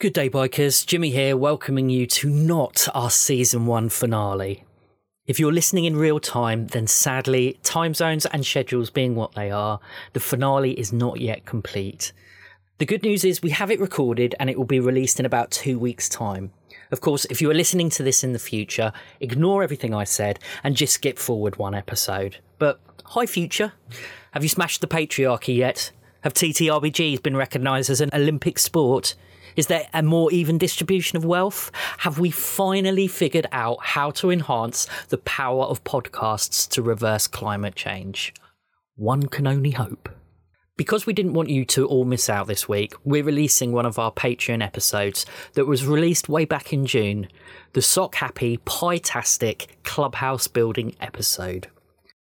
Good day, bikers. Jimmy here, welcoming you to not our season one finale. If you're listening in real time, then sadly, time zones and schedules being what they are, the finale is not yet complete. The good news is we have it recorded and it will be released in about two weeks' time. Of course, if you are listening to this in the future, ignore everything I said and just skip forward one episode. But hi, future. Have you smashed the patriarchy yet? Have TTRBGs been recognised as an Olympic sport? Is there a more even distribution of wealth? Have we finally figured out how to enhance the power of podcasts to reverse climate change? One can only hope. Because we didn't want you to all miss out this week, we're releasing one of our Patreon episodes that was released way back in June the Sock Happy Pietastic Clubhouse Building episode.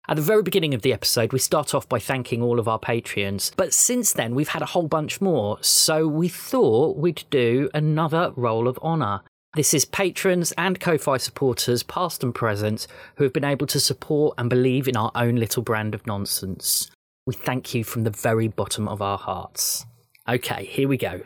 At the very beginning of the episode, we start off by thanking all of our Patreons, but since then we've had a whole bunch more, so we thought we'd do another Roll of Honour. This is patrons and Ko fi supporters, past and present, who have been able to support and believe in our own little brand of nonsense. We thank you from the very bottom of our hearts. Okay, here we go.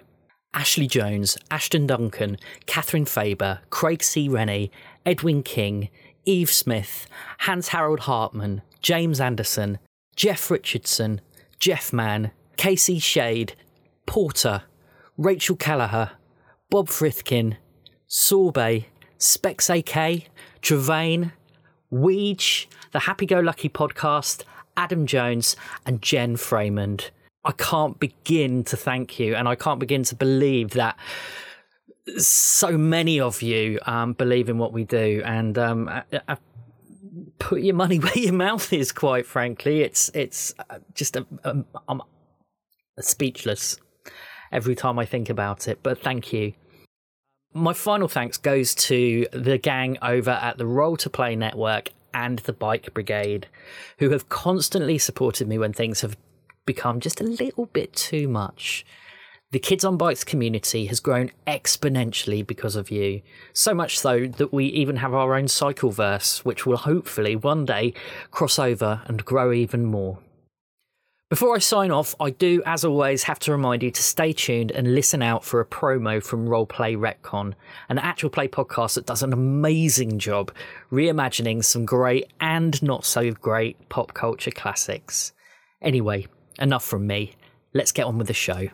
Ashley Jones, Ashton Duncan, Catherine Faber, Craig C. Rennie, Edwin King, Eve Smith, Hans Harold Hartman, James Anderson, Jeff Richardson, Jeff Mann, Casey Shade, Porter, Rachel Kelleher, Bob Frithkin, Sorbet, Specs AK, Trevane, Weege, The Happy Go Lucky Podcast, Adam Jones, and Jen Freymond. I can't begin to thank you, and I can't begin to believe that so many of you um, believe in what we do, and um, I, I put your money where your mouth is. Quite frankly, it's it's uh, just a, a, I'm speechless every time I think about it. But thank you. My final thanks goes to the gang over at the Roll to Play Network and the Bike Brigade, who have constantly supported me when things have become just a little bit too much. The Kids on Bikes community has grown exponentially because of you. So much so that we even have our own Cycleverse, which will hopefully one day cross over and grow even more. Before I sign off, I do, as always, have to remind you to stay tuned and listen out for a promo from Roleplay Retcon, an actual play podcast that does an amazing job reimagining some great and not so great pop culture classics. Anyway, enough from me. Let's get on with the show.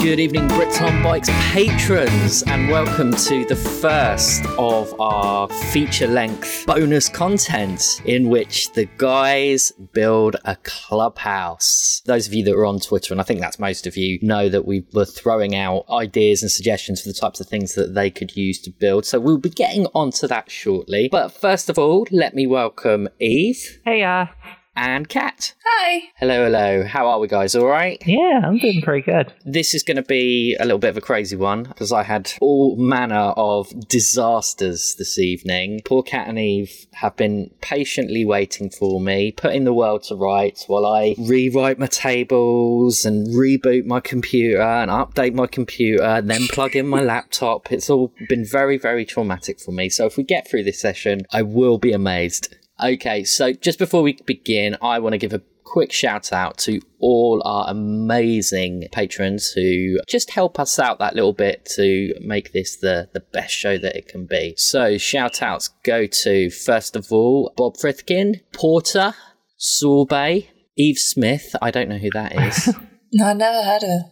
Good evening, Brits on Bikes patrons, and welcome to the first of our feature length bonus content in which the guys build a clubhouse. Those of you that are on Twitter, and I think that's most of you, know that we were throwing out ideas and suggestions for the types of things that they could use to build. So we'll be getting onto that shortly. But first of all, let me welcome Eve Hey, uh, and Kat. Hi. Hello, hello. How are we, guys? All right? yeah, I'm doing pretty good. This is going to be a little bit of a crazy one because I had all manner of disasters this evening. Poor Cat and Eve have been patiently waiting for me, putting the world to rights while I rewrite my tables and reboot my computer and update my computer and then plug in my laptop. It's all been very, very traumatic for me. So if we get through this session, I will be amazed. Okay, so just before we begin, I want to give a quick shout out to all our amazing patrons who just help us out that little bit to make this the, the best show that it can be. So, shout outs go to, first of all, Bob Frithkin, Porter, Sorbet, Eve Smith, I don't know who that is, No, I never heard of it.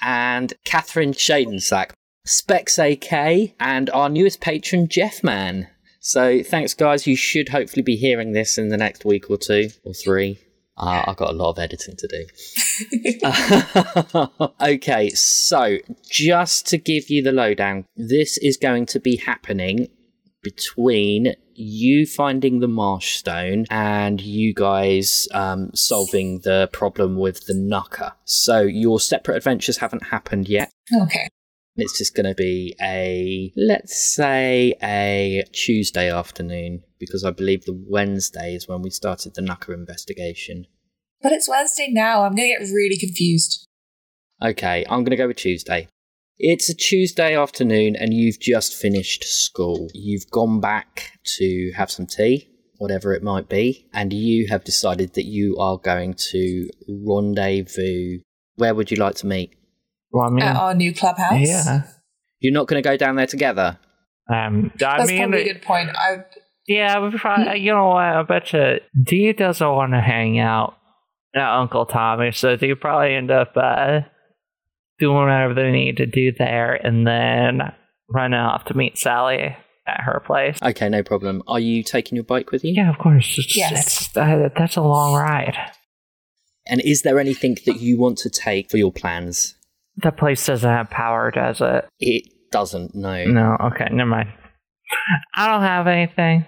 and Catherine Shadensack, Specs AK, and our newest patron, Jeff Man. So thanks, guys. You should hopefully be hearing this in the next week or two or three. Uh, I've got a lot of editing to do. okay, so just to give you the lowdown, this is going to be happening between you finding the marsh stone and you guys um, solving the problem with the knocker. So your separate adventures haven't happened yet. Okay. It's just going to be a, let's say, a Tuesday afternoon, because I believe the Wednesday is when we started the Nucker investigation. But it's Wednesday now. I'm going to get really confused. Okay, I'm going to go with Tuesday. It's a Tuesday afternoon and you've just finished school. You've gone back to have some tea, whatever it might be, and you have decided that you are going to rendezvous. Where would you like to meet? Well, I mean, At our new clubhouse. yeah. You're not going to go down there together. Um, I That's mean, probably it- a good Hmm? point. I Yeah, we probably, you know what? I bet you Dee doesn't want to hang out at Uncle Tommy, so they probably end up uh, doing whatever they need to do there and then running off to meet Sally at her place. Okay, no problem. Are you taking your bike with you? Yeah, of course. It's, Yes. it's- uh, that's a long ride. And is there anything that you want to take for your plans? That place doesn't have power, does it? It doesn't, no. No, okay, never mind. I don't have anything.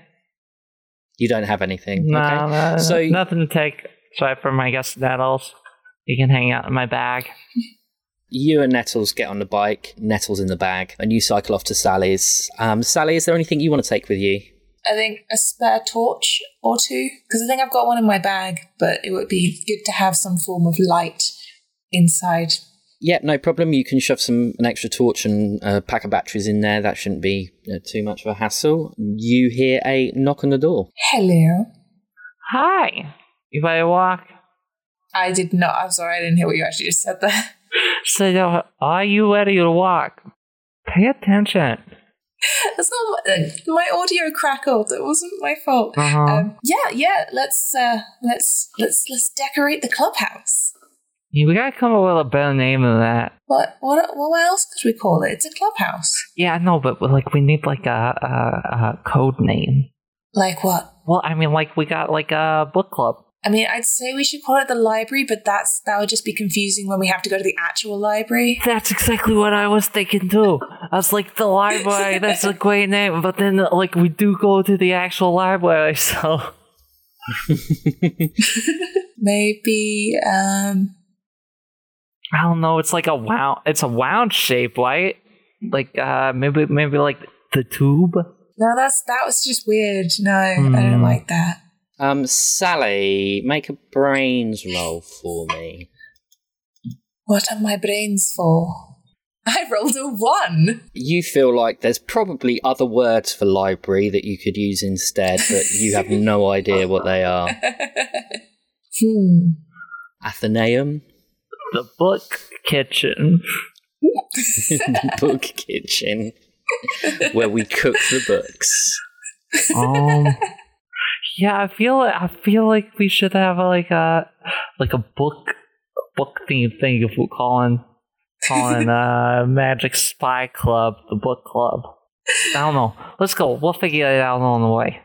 You don't have anything. No, okay. no, So- nothing to take aside from, I guess, nettles. You can hang out in my bag. You and Nettles get on the bike, Nettles in the bag, and you cycle off to Sally's. Um, Sally, is there anything you want to take with you? I think a spare torch or two because I think I've got one in my bag, but it would be good to have some form of light inside. Yeah, no problem. You can shove some an extra torch and a pack of batteries in there. That shouldn't be uh, too much of a hassle. You hear a knock on the door. Hello. Hi. You better walk. I did not. I'm sorry, I didn't hear what you actually just said there. So now, are you ready to walk? Pay attention. That's not uh, my audio crackled. That wasn't my fault. Uh-huh. Um, yeah, yeah. Let's uh, let's let's let's decorate the clubhouse. Yeah, we gotta come up with a better name than that. What what what else could we call it? It's a clubhouse. Yeah, I know, but like we need like a, a, a code name. Like what? Well, I mean, like we got like a book club. I mean, I'd say we should call it the library, but that's that would just be confusing when we have to go to the actual library. That's exactly what I was thinking too. I was like, the library. That's a great name, but then like we do go to the actual library, so Maybe um, I don't know. It's like a wow. It's a wound shape, right? Like uh, maybe maybe like the tube. no, that's that was just weird. No, I don't Hmm. like that. Um, Sally, make a brains roll for me. What are my brains for? I rolled a one. You feel like there's probably other words for library that you could use instead, but you have no idea what they are. Hmm. Athenaeum, The book kitchen. book kitchen, where we cook the books. Um, yeah, I feel I feel like we should have like a like a book book themed thing if we're calling calling uh Magic Spy Club the book club. I don't know. Let's go. We'll figure it out on the way.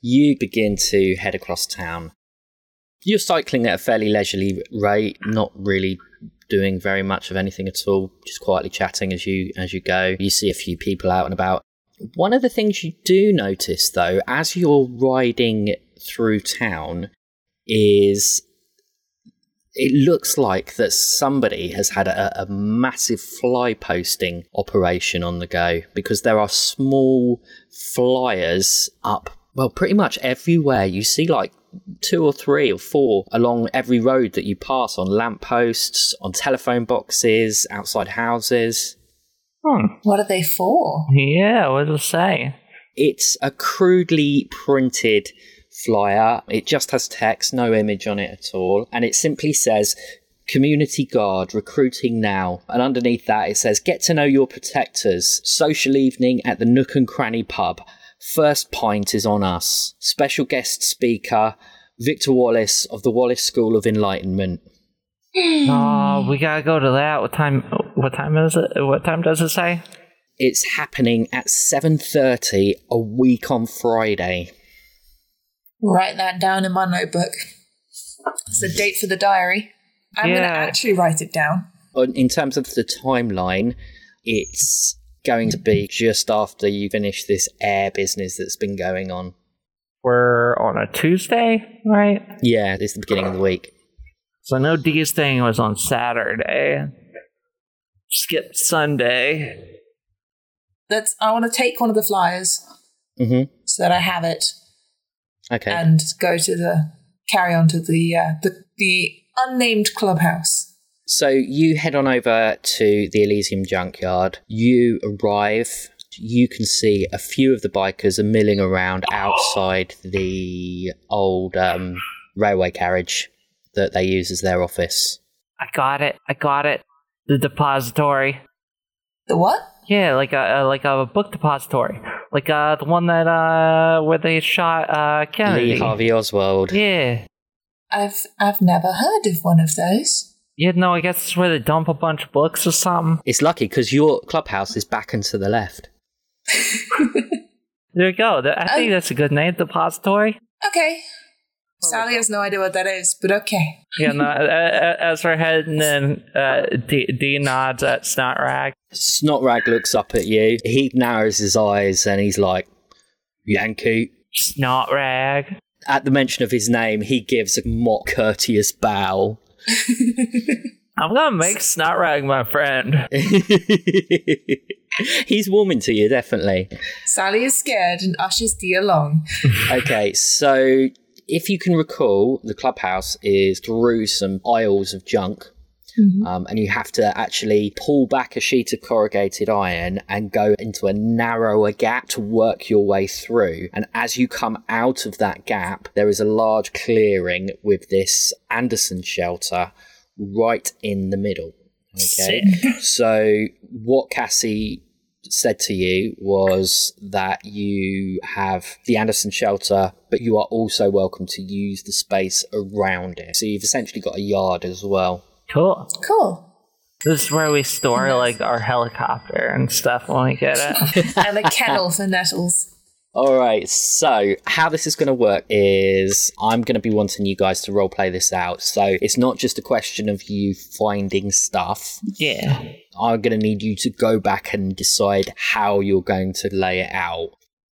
you begin to head across town. You're cycling at a fairly leisurely rate, not really doing very much of anything at all, just quietly chatting as you as you go. You see a few people out and about. One of the things you do notice though, as you're riding through town, is it looks like that somebody has had a, a massive fly posting operation on the go because there are small flyers up, well, pretty much everywhere. You see like two or three or four along every road that you pass on lampposts, on telephone boxes, outside houses. Hmm. What are they for? Yeah. What does it say? It's a crudely printed flyer. It just has text, no image on it at all. And it simply says, Community Guard recruiting now. And underneath that, it says, Get to know your protectors. Social evening at the Nook and Cranny pub. First pint is on us. Special guest speaker, Victor Wallace of the Wallace School of Enlightenment. Oh, we gotta go to that. What time? What time is it? What time does it say? It's happening at 7:30 a week on Friday. Write that down in my notebook. It's a date for the diary. I'm Yeah. gonna actually write it down. on- in terms of the timeline, it's going to be just after you finish this air business that's been going on. We're on a Tuesday, right? Yeah, it's the beginning of the week. So I know D's thing was on Saturday. Skip Sunday. That's I want to take one of the flyers hmm so that I have it Okay. Um, and go to the carry on to the uh, the the unnamed clubhouse. So you head on over to the Elysium junkyard. You arrive. You can see a few of the bikers are milling around outside the old um, railway carriage that they use as their office. I got it. I got it. The depository. The what? Yeah, like a uh, like a book depository, like uh the one that uh where they shot uh Kennedy. Lee Harvey Oswald. Yeah, I've I've never heard of one of those. yeah. No, I guess it's where they dump a bunch of books or something. It's lucky because your clubhouse is back and to the left. There you go. Th- I think Oh. that's a good name, depository. Okay. Sally has no idea what that is, but okay. Yeah, no, a- a- as we're heading in, uh, D-, D nods at Snotrag. Snotrag looks up at you. He narrows his eyes and he's like, Yankee. Snotrag. At the mention of his name, he gives a mock courteous bow. I'm gonna make Snotrag my friend. he's warming to you, definitely. Sally is scared and ushers Dee along. Okay, so if you can recall, the clubhouse is through some aisles of junk. Um, and you have to actually pull back a sheet of corrugated iron and go into a narrower gap to work your way through. And as you come out of that gap, there is a large clearing with this Anderson shelter right in the middle. Okay. So what Cassie said to you was that you have the Anderson shelter, but you are also welcome to use the space around it. So you've essentially got a yard as well. Cool. Cool. This is where we store like our helicopter and stuff when we get it. And a kennel for nettles. All right, so how this is going to work is I'm going to be wanting you guys to roleplay this out. So it's not just a question of you finding stuff. yeah. I'm going to need you to go back and decide how you're going to lay it out.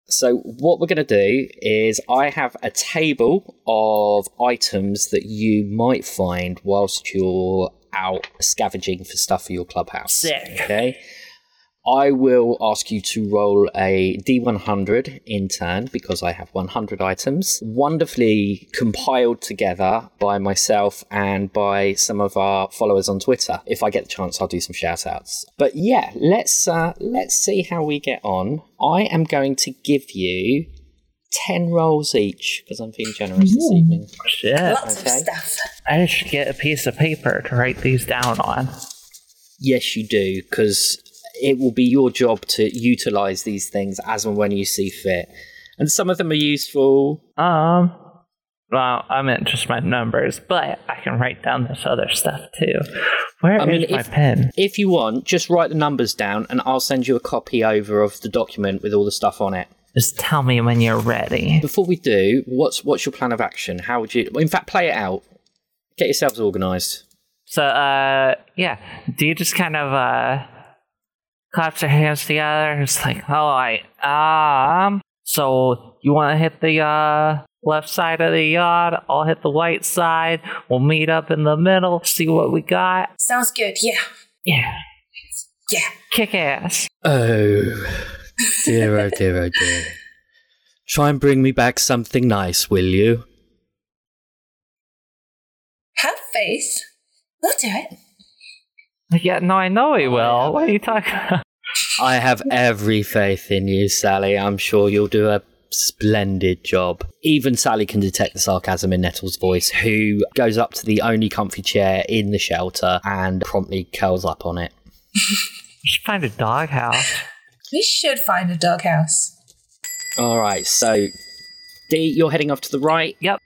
So, what we're going to do is, I have a table of items that you might find whilst you're out scavenging for stuff for your clubhouse. Sick. Okay. I will ask you to roll a D100 in turn because I have 100 items, wonderfully compiled together by myself and by some of our followers on Twitter. If I get the chance, I'll do some shout outs. But yeah, let's, uh, let's see how we get on. I am going to give you 10 rolls each because I'm being generous this evening. Shit. Lots Okay. of stuff. I should get a piece of paper to write these down on. Yes, you do, because it will be your job to utilize these things as and when you see fit. And some of them are useful. Um, well, I meant just my numbers, but I can write down this other stuff too. Where is I mean, my if- pen? If you want, just write the numbers down and I'll send you a copy over of the document with all the stuff on it. Just tell me when you're ready. Before we do, what's what's your plan of action? How would you in fact play it out. Get yourselves organized. So, uh, yeah, do you just kind of uh claps your hands together? It's like, all right, um, so you want to hit the uh left side of the yard? I'll hit the right side. We'll meet up in the middle, see what we got. Sounds good. Yeah. Yeah, Yeah. kick ass. Oh dear oh dear oh dear. Try and bring me back something nice, will you? Have faith. We'll do it. Yeah, no, I know he will. What are you talking about? I have every faith in you, Sally. I'm sure you'll do a splendid job. Even Sally can detect the sarcasm in Nettle's voice, who goes up to the only comfy chair in the shelter and promptly curls up on it. We should find a doghouse. We should find a doghouse. All right, so D, you're heading off to the right. Yep.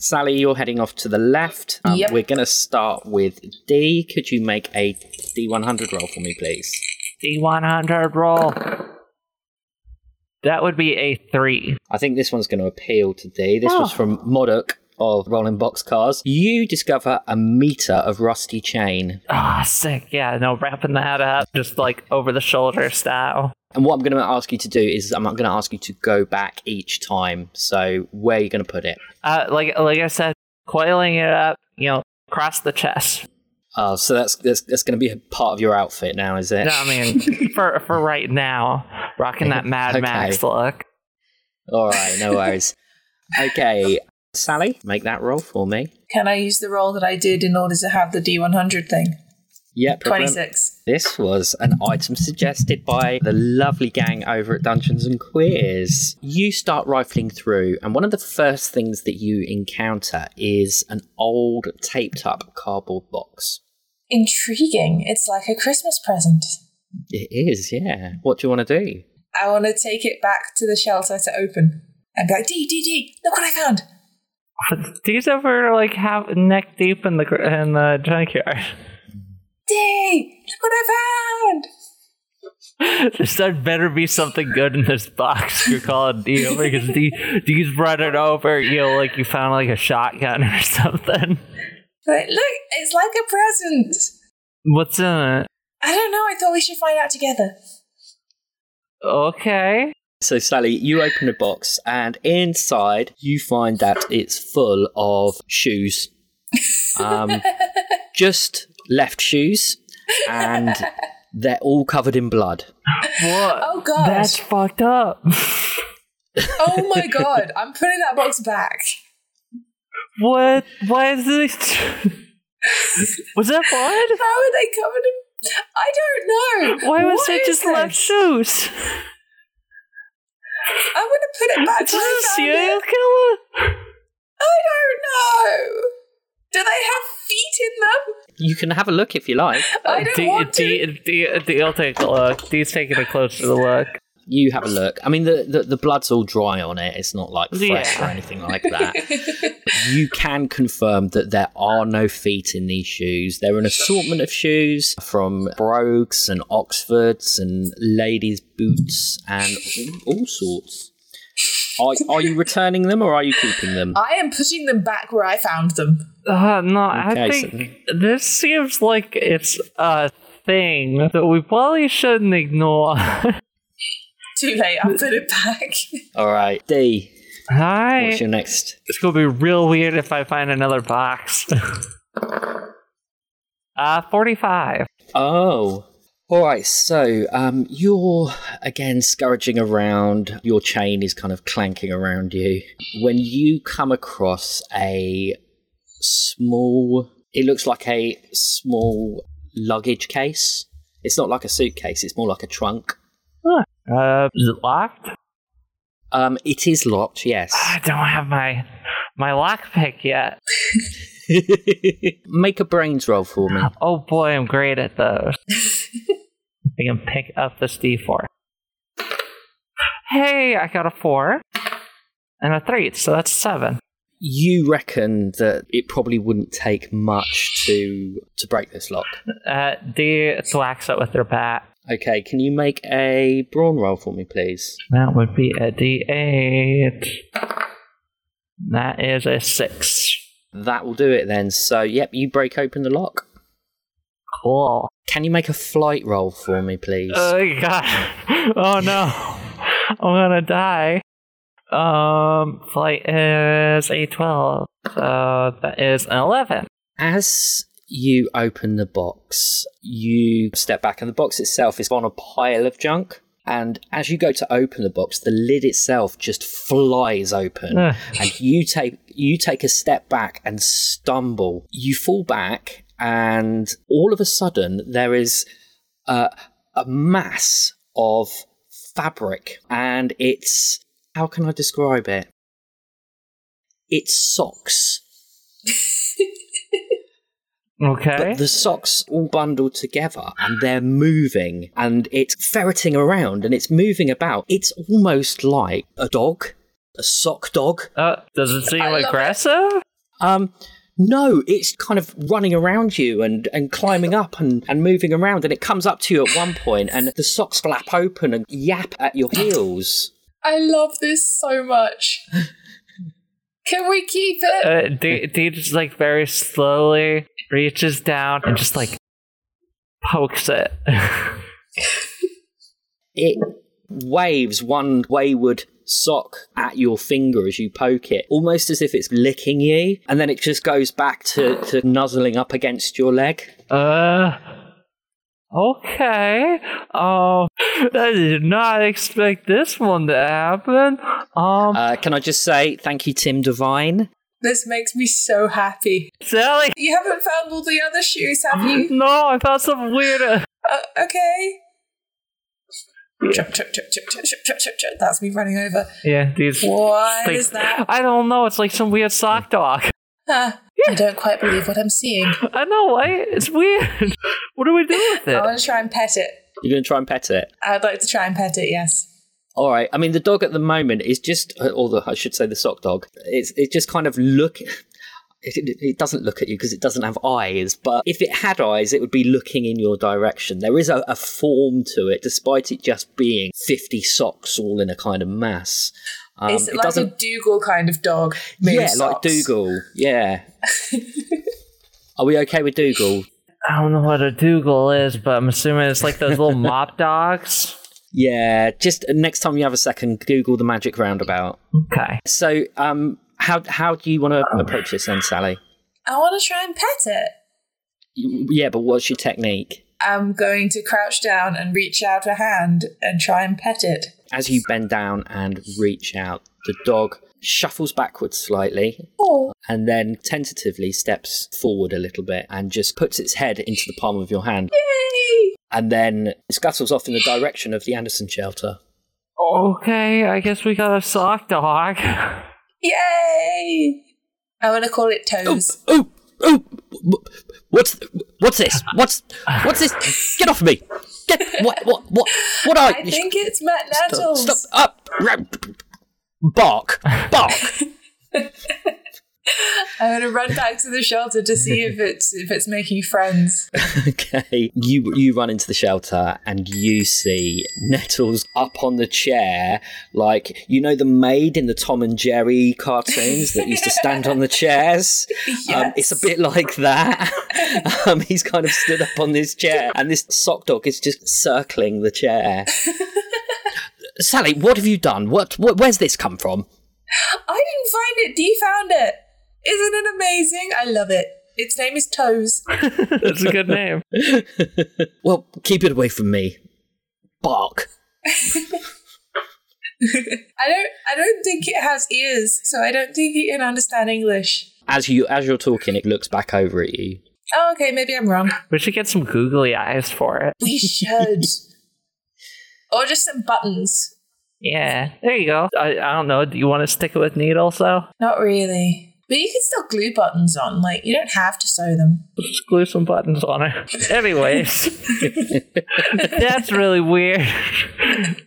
Sally, you're heading off to the left. Um, Yep. We're going to start with D. Could you make a D100 roll for me, please? D100 roll. That would be a three. I think this one's going to appeal to Dee. This was Oh. from Modoc of Rolling Boxcars. You discover a meter of rusty chain. Ah, sick. Yeah, no, wrapping that up just like over the shoulder style. And what I'm going to ask you to do is I'm going to ask you to go back each time. So where are you going to put it? Uh, like like I said, coiling it up, you know, across the chest. Oh, so that's that's, that's going to be a part of your outfit now, is it? You know what I mean, for for right now, rocking that Mad Okay. Max look. All right, no worries. okay, Sally, make that roll for me. Can I use the roll that I did in order to have the D100 thing? Yep. Twenty six. This was an item suggested by the lovely gang over at Dungeons and Queers. You start rifling through, and one of the first things that you encounter is an old taped up cardboard box. Intriguing. It's like a Christmas present. It is, yeah. What do you want to do? I want to take it back to the shelter to open and be like, D, D, D, look what I found. Do you ever like have neck deep in the gr- in the junkyard? D, look what I found. There's- there better be something good in this box. You're calling D over because D D's running over. You know, like you found like a shotgun or something. Like, look, it's like a present. What's in it? I don't know. I thought we should find out together. Okay. So, Sally, you open the box, and inside you find that it's full of shoes. Um, just left shoes, and they're all covered in blood. What? Oh, gosh. That's fucked up. Oh my god, I'm putting that box back. What? Why is this? Was that blood? How are they covered in. I don't know. Why was What it is just this? left shoes? I want to put it back. Is where I this a found serial it. killer? I don't know. Do they have feet in them? You can have a lolook if you like. I don't want to. Oh, D, D, D, I'll take a look. D's taking a closer look. You have a look. I mean, the, the, the blood's all dry on it. It's not like fresh Yeah. or anything like that. you can confirm that there are no feet in these shoes. They're an assortment of shoes from brogues and Oxfords and ladies' boots and all all sorts. Are, are you returning them or are you keeping them? I am putting them back where I found them. Uh, no, I Okay, think this seems like it's a thing that we probably shouldn't ignore. Too late, I'll put it back. All right, D. What's Hi. your next? It's gonna be real weird if I find another box. uh, 45. Oh. All right, so um, you're again scourging around. Your chain is kind of clanking around you. When you come across a small, it looks like a small luggage case. It's not like a suitcase, it's more like a trunk. Uh, is it locked? Um, it is locked, yes. I don't have my my lockpick yet. Make a brains roll for me. Oh boy, I'm great at those. I can pick up this D4. Hey, I got a 4 and a 3, so that's 7. You reckon that it probably wouldn't take much to to break this lock. Uh, D thwacks it with their bat. Okay, can you make a brawn roll for me, please? That would be a D8. That is a 6. That will do it then. So, yep, you break open the lock. Cool. Can you make a flight roll for me, please? Oh god. Oh no. I'm gonna die. Um, flight is a 12. So that is an 11. As you open the box, you step back, and the box itself is on a pile of junk. And as you go to open the box, the lid itself just flies open, Ugh. and you take you take a step back and stumble. You fall back, and all of a sudden there is a, a mass of fabric, and it's how can I describe it? It's socks. Okay. But the socks all bundled together and they're moving and it's ferreting around and it's moving about. It's almost like a dog, a sock dog. Uh, does it seem I love it. aggressive? Um, no, it's kind of running around you and, and climbing up and, and moving around and it comes up to you at one point and the socks flap open and yap at your heels. I love this so much. Can we keep it? Uh, D, D just like very slowly reaches down and just like pokes it. It waves one wayward sock at your finger as you poke it, almost as if it's licking you, and then it just goes back to, to nuzzling up against your leg. uh, okay. Um, I did not expect this one to happen. Um, Uh, can I just say thank you, Tim Devine? This makes me so happy. Sally! You haven't found all the other shoes, have you? No, I found something weirder. Uh, okay. Chop, chop, chop, chop, chop, chop, chop, chop, chop. That's me running over. Yeah, these. What things- is that? I don't know. It's like some weird sock dog. Huh. I don't quite believe what I'm seeing. I know, right? It's weird. What do we do with I it? want to try and pet it. You're going to try and pet it. I'd like to try and pet it, yes. All right. I mean, the dog at the moment is just, or the, I should say, the sock dog. It's it just kind of look. It, it, it doesn't look at you because it doesn't have eyes. But if it had eyes, it would be looking in your direction. There is a, a form to it, despite it just being fifty socks all in a kind of mass. Um, is it, like a Dougal kind of dog? Moves yeah, like socks. Dougal. Yeah. Are we okay with Dougal? I don't know what a Dougal is, but I'm assuming it's like those little mop dogs. Yeah. Just next time you have a second, Google the magic roundabout. Okay. So, um, how how do you want to approach this then, Sally? I want to try and pet it. Yeah, but what's your technique? I'm going to crouch down and reach out a hand and try and pet it. As you bend down and reach out, the dog shuffles backwards slightly Oh, and then tentatively steps forward a little bit and just puts its head into the palm of your hand yay! and then scuttles off in the direction of the Anderson shelter. Okay, I guess we got a sock dog. Yay! I want to call it Toes. Oh, oh, what's what's this? What's what's this? Get off me! Get what what what what are I think it's Matt Nettles. up! Bark! Bark! I'm going to run back to the shelter to see if it's if it's making friends. Okay, you you run into the shelter and you see Nettles up on the chair, like you know the maid in the Tom and Jerry cartoons that used to stand on the chairs. Um, it's a bit like that. um, he's kind of stood up on this chair, and this sock dog is just circling the chair. Sally, what have you done? What, what? Where's this come from? I didn't find it. Dee found it. Isn't it amazing? I love it. Its name is Toes. That's a good name. Well, keep it away from me. Bark. I don't I don't think it has ears, so I don't think it can understand English. As you as you're talking, it looks back over at you. Oh, okay, maybe I'm wrong. We should get some googly eyes for it. We should. or just some buttons. Yeah, there you go. I, I don't know. Do you want to stick it with needles though? Not really. But you can still glue buttons on. Like you don't have to sew them. Just glue some buttons on it. Anyways, that's really weird.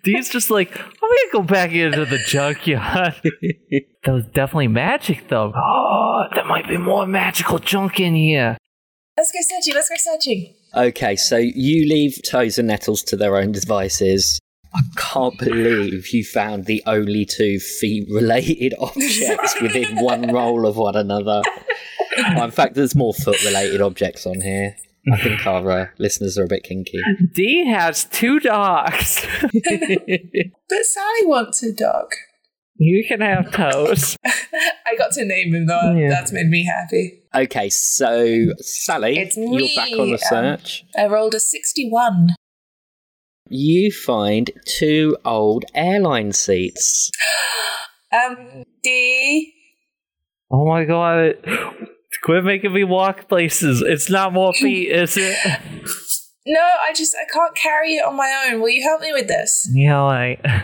Dee's just like, I'm gonna go back into the junkyard. that was definitely magic though. Oh, there might be more magical junk in here. Let's go searching. Let's go searching. Okay, so you leave Toes and Nettles to their own devices. I can't believe you found the only two feet related objects within one roll of one another. Well, in fact, there's more foot related objects on here. I think our uh, listeners are a bit kinky. Dee has two dogs. But Sally wants a dog. you can have toes. I got to name him though. Yeah. That's made me happy. Okay, so Sally, It's you're me, back on the um, search. I rolled a sixty-one. You find two old airline seats. Um, D. Oh my god. Quit making me walk places. It's not more feet, is it? No, I just I can't carry it on my own. Will you help me with this? Yeah, like. Yeah.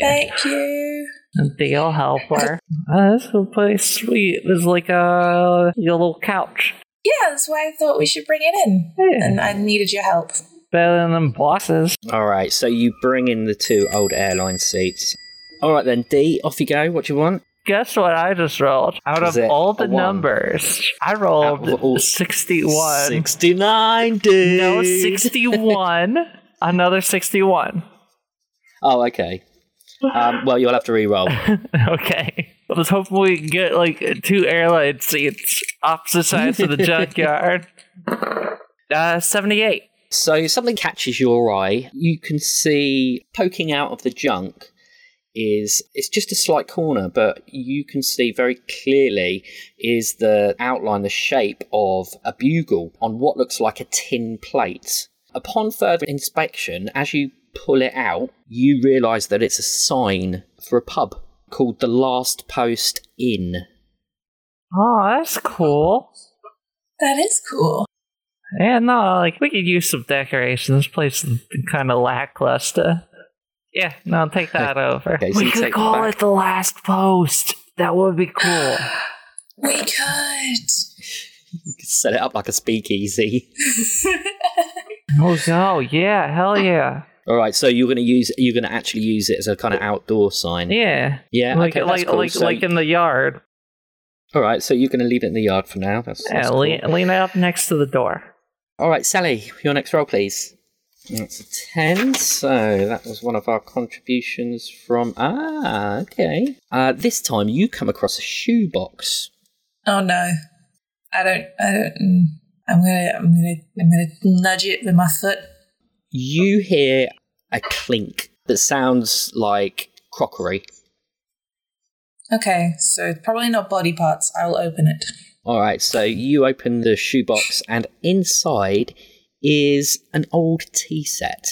Thank you. Deal helper. Uh, this is pretty sweet. There's like a, your little couch. Yeah, that's why I thought we should bring it in. Yeah. And I needed your help. Better than bosses. All right, so you bring in the two old airline seats. All right then, D, off you go. What do you want? Guess what I just rolled? Out Was of it all a the one? numbers, I Out of all- rolled 61. 69, dude. No, 61. Another 61. Oh, okay. Um, well, you'll have to re-roll. Okay. I was hoping we could get like two airline seats opposite sides of the junkyard. Uh, 78. so something catches your eye. You can see poking out of the junk is it's just a slight corner, but you can see very clearly is the outline, the shape of a bugle on what looks like a tin plate. Upon further inspection, as you pull it out, you realise that it's a sign for a pub called the Last Post Inn. Oh, that's cool. That is cool. Yeah, no, like we could use some decoration. This place is kind of lackluster. Yeah, no, take that over. Okay, so we you could take call back- it the last post. That would be cool. We could. You could set it up like a speakeasy. We'll go. Yeah, hell yeah, All right, so you're going to use you're going to actually use it as a kind of outdoor sign. yeah. Yeah, like okay, that's like cool. like, So- like in the yard. all right, so you're going to leave it in the yard for now. That's, Yeah, that's cool. lean, lean up next to the door. All right, Sally, your next roll, please. That's a 10, so that was one of our contributions from. Ah, okay. Uh, this time you come across a shoebox. Oh no, I don't. I don't. mm. I'm gonna. I'm gonna. I'm gonna nudge it with my foot. You hear a clink that sounds like crockery. Okay, so probably not body parts. I'll open it. All right, so you open the shoebox, and inside is an old tea set.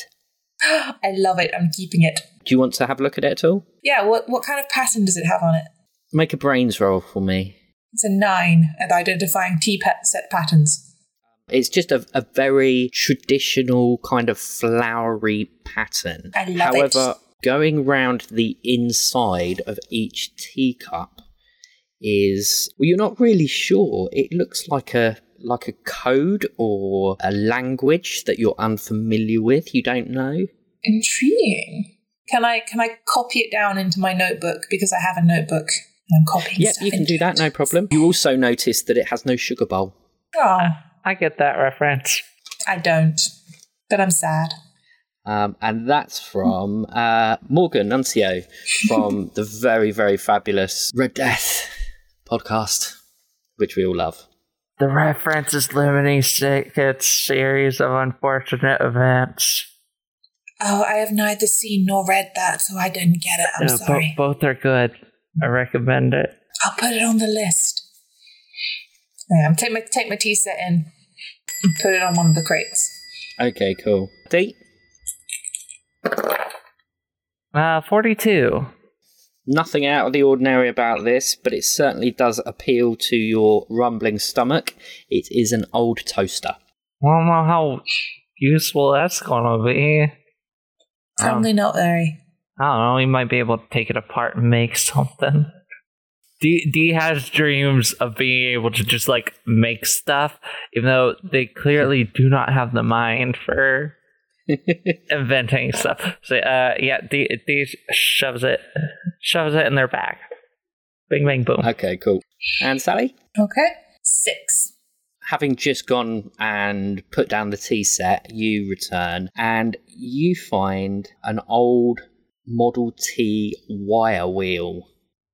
I love it. I'm keeping it. Do you want to have a look at it at all? Yeah. What What kind of pattern does it have on it? Make a brains roll for me. It's a nine at identifying T pa- set patterns. It's just a, a very traditional kind of flowery pattern. I love it. However, going round the inside of each teacup is well, you're not really sure. It looks like a like a code or a language that you're unfamiliar with. You don't know. Intriguing. Can I Can I copy it down into my notebook because I have a notebook and I'm copying. Yep, stuff you can into do that. it. No problem. You also notice that it has no sugar bowl. Oh, I get that reference. I don't. But I'm sad. Um, and that's from uh, Morgan Nuncio from the very, very fabulous Red Death podcast, which we all love. The reference is limiting its series of unfortunate events. Oh, I have neither seen nor read that, so I didn't get it. I'm Uh, bo- sorry. both are good. I recommend it. I'll put it on the list. Yeah, I'm take my take my tea set in, and put it on one of the crates. Okay, cool. D? Uh, 42. Nothing out of the ordinary about this, but it certainly does appeal to your rumbling stomach. It is an old toaster. I don't know how useful that's gonna be. Um, Probably not very. I don't know. We might be able to take it apart and make something. D D has dreams of being able to just like make stuff, even though they clearly do not have the mind for inventing stuff. So uh, yeah, D D shoves it, shoves it in their bag. Bing bang boom. Okay, cool. And Sally? Okay, six. having just gone and put down the tea set, you return and you find an old Model T wire wheel.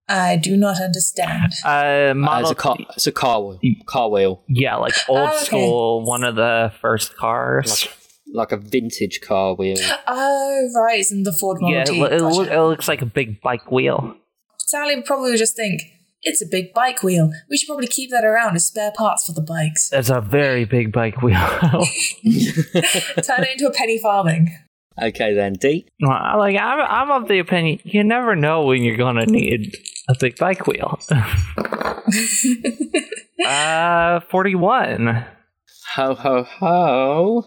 I do not understand. Uh, Uh, model it's a car. It's a car wheel. Car wheel, Yeah, like old Oh, okay. school, one of the first cars. like a vintage car wheel. Oh, right, it's in the Ford Model yeah, it, T. lo- it, uh, Gotcha. lo- it looks like a big bike wheel. Sally would probably just think it's a big bike wheel. We should probably keep that around as spare parts for the bikes. It's a very big bike wheel. Turn it into a penny farming. Okay, then D. like I'm, I'm of the opinion you never know when you're gonna need a big bike wheel. uh, forty-one. Ho ho ho!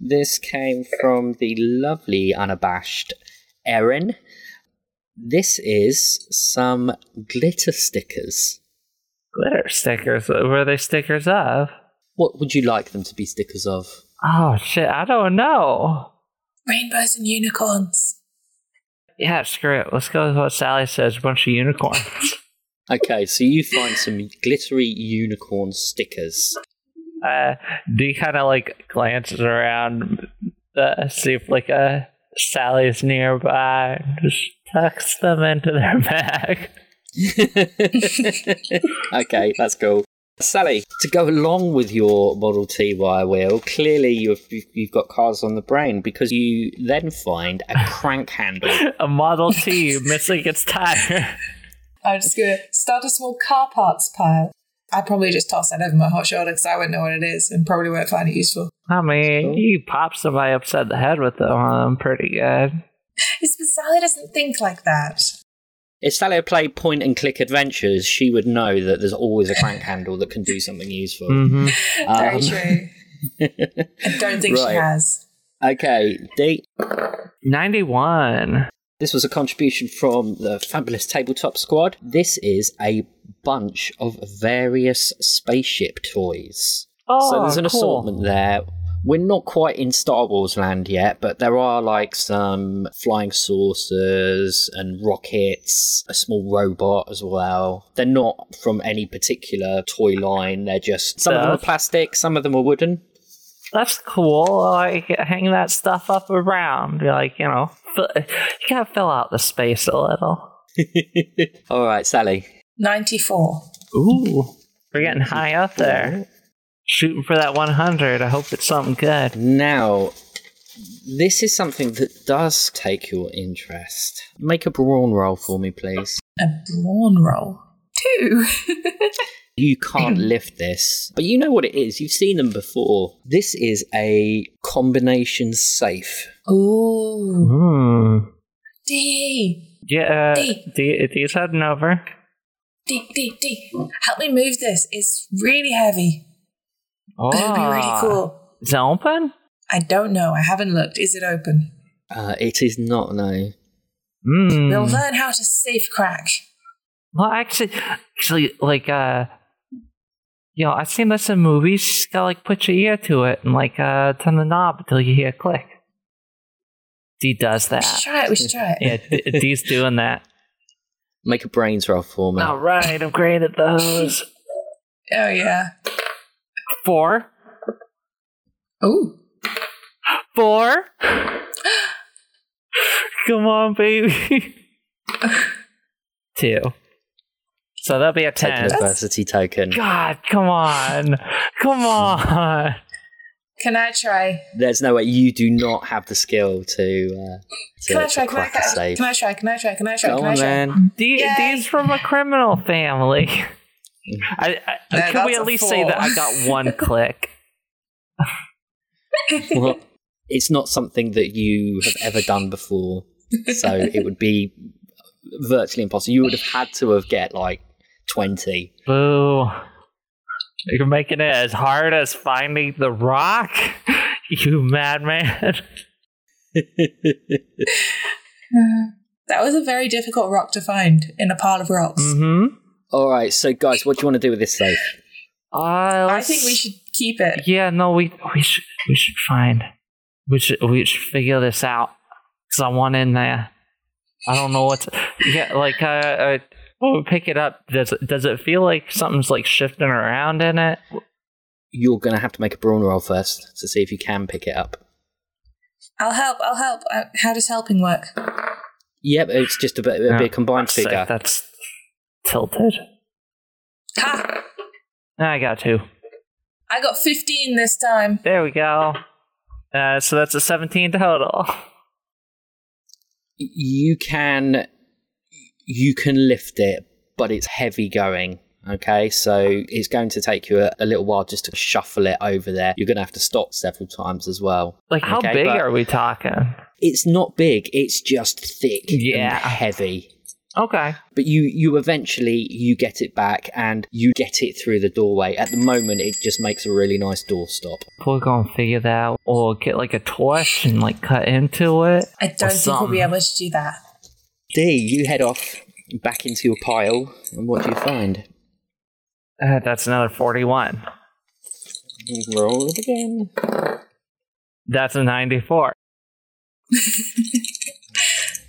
This came from the lovely unabashed Erin. This is some glitter stickers. Glitter stickers. Were they stickers of? What would you like them to be stickers of? Oh shit! I don't know. Rainbows and unicorns. Yeah, screw it. Let's go with what Sally says. Bunch of unicorns. Okay, so you find some glittery unicorn stickers. uh, D kind of like glances around uh, see if like uh, Sally's nearby, and just tucks them into their bag. okay, that's cool. Sally, to go along with your Model T wire wheel, clearly you've you've you've got cars on the brain because you then find a crank handle. A Model T missing its tire. I'm just gonna start a small car parts pile. I probably just tossed that over my hot shoulder because I wouldn't know what it is and probably won't find it useful. I mean, you pop somebody upside the head with them. I'm pretty good. It's but Sally doesn't think like that. If Sally had played point and click adventures, she would know that there's always a crank handle that can do something useful. Mm-hmm. Very Um, true. I don't think Right. she has. okay, D. 91. This was a contribution from the fabulous Tabletop Squad. This is a bunch of various spaceship toys. Oh, so there's an cool. assortment there. We're not quite in Star Wars land yet, but there are like some flying saucers and rockets, a small robot as well. They're not from any particular toy line. They're just some of them are Stuff. plastic, some of them are wooden. That's cool. Like, hang that stuff up around. Be like, you know, fill, you gotta fill out the space a little. All right, Sally. 94. Ooh. We're getting high up there. Shooting for that 100. I hope it's something good. Now, this is something that does take your interest. Make a brawn roll for me, please. A brawn roll. Two. You can't lift this, but you know what it is. You've seen them before. This is a combination safe. Ooh. Hmm. D. Yeah, uh, D. D, D's heading over. D, D, D. Help me move this. It's really heavy. Oh, But it'll be Ah. really cool. Is it open? I don't know. I haven't looked. Is it open? Uh, it is not, no. Hmm. We'll learn how to safe crack. Well, actually, actually, like, uh, you know, I've seen this in movies. You just gotta, like, put your ear to it and, like, uh, turn the knob until you hear a click. D does We should that. try it. We should try it. Yeah, D- D's doing that. Make a brains roll for me. All right, I'm great at those. Oh, yeah. Four. Ooh. Four. Come on, baby. Two. So that'll be a Take an ten. adversity token. God, come on. Come on. Can I try? There's no way you do not have the skill to, uh, to, Can I to try? Can I crack a try? safe. Can I try? Can I try? Can I try? Go Can I on, try? man. D- Yay. D's from a criminal family. I, I, Yeah, can we that's at a least say that I four. got one click? Well, it's not something that you have ever done before, so it would be virtually impossible. You would have had to have get like twenty. Boo. You're making it as hard as finding the rock? You madman. That was a very difficult rock to find in a pile of rocks. Mm-hmm. All right, so guys, what do you want to do with this safe? Uh, I let's- think we should keep it. Yeah, no, we we should we should find we should we should figure this out. Cause I want in there. I don't know what's yeah, like uh, uh when we pick it up, does it does it feel like something's like shifting around in it? You're going to have to make a brawn roll first to see if you can pick it up. I'll help. I'll help. Uh, How does helping work? Yep, it's just a bit, it'd be a combined That's sick, figure. That's tilted. Ha! Ah, I got two. I got 15 this time. There we go. Uh, so that's a seventeen total. You can, you can lift it, but it's heavy going. Okay, so it's going to take you a, a little while just to shuffle it over there. You're going to have to stop several times as well. Like how Okay, big but- are we talking? It's not big; it's just thick and Yeah. heavy. Okay. But you, you eventually you get it back and you get it through the doorway. At the moment, it just makes a really nice doorstop. We're gonna figure that out or get like a torch and like cut into it. I don't think we'll be something. able to do that. D, you head off back into your pile, and what do you find? Uh, that's another 41. Roll it again. That's a 94.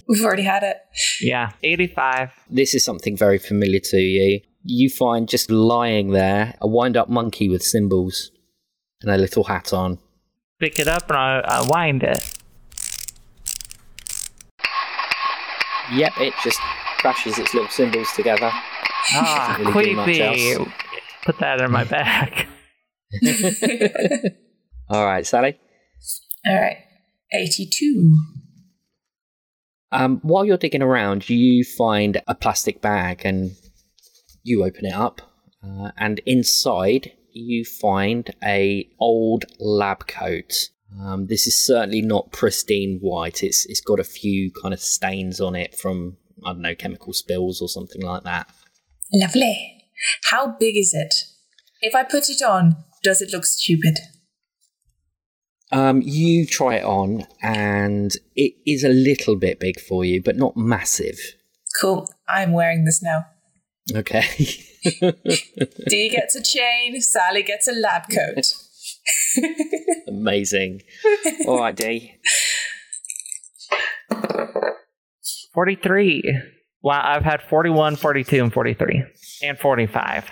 We've already had it. Yeah, 85. This is something very familiar to you. You find just lying there a wind up monkey with cymbals and a little hat on. Pick it up and I, I wind it. Yep, it just crashes its little cymbals together. Ah, Doesn't really do much creepy. else. Put that in my bag. All right, Sally. All right. 82. Um, while you're digging around, you find a plastic bag and you open it up, uh, and inside you find a old lab coat. Um, this is certainly not pristine white. It's it's got a few kind of stains on it from I don't know, chemical spills or something like that. Lovely. How big is it? If I put it on, does it look stupid? Um, you try it on, and it is a little bit big for you, but not massive. Cool. I'm wearing this now. Okay. Dee gets a chain, Sally gets a lab coat. Amazing. All right, D. 43. Wow, I've had 41, 42, and 43. And 45.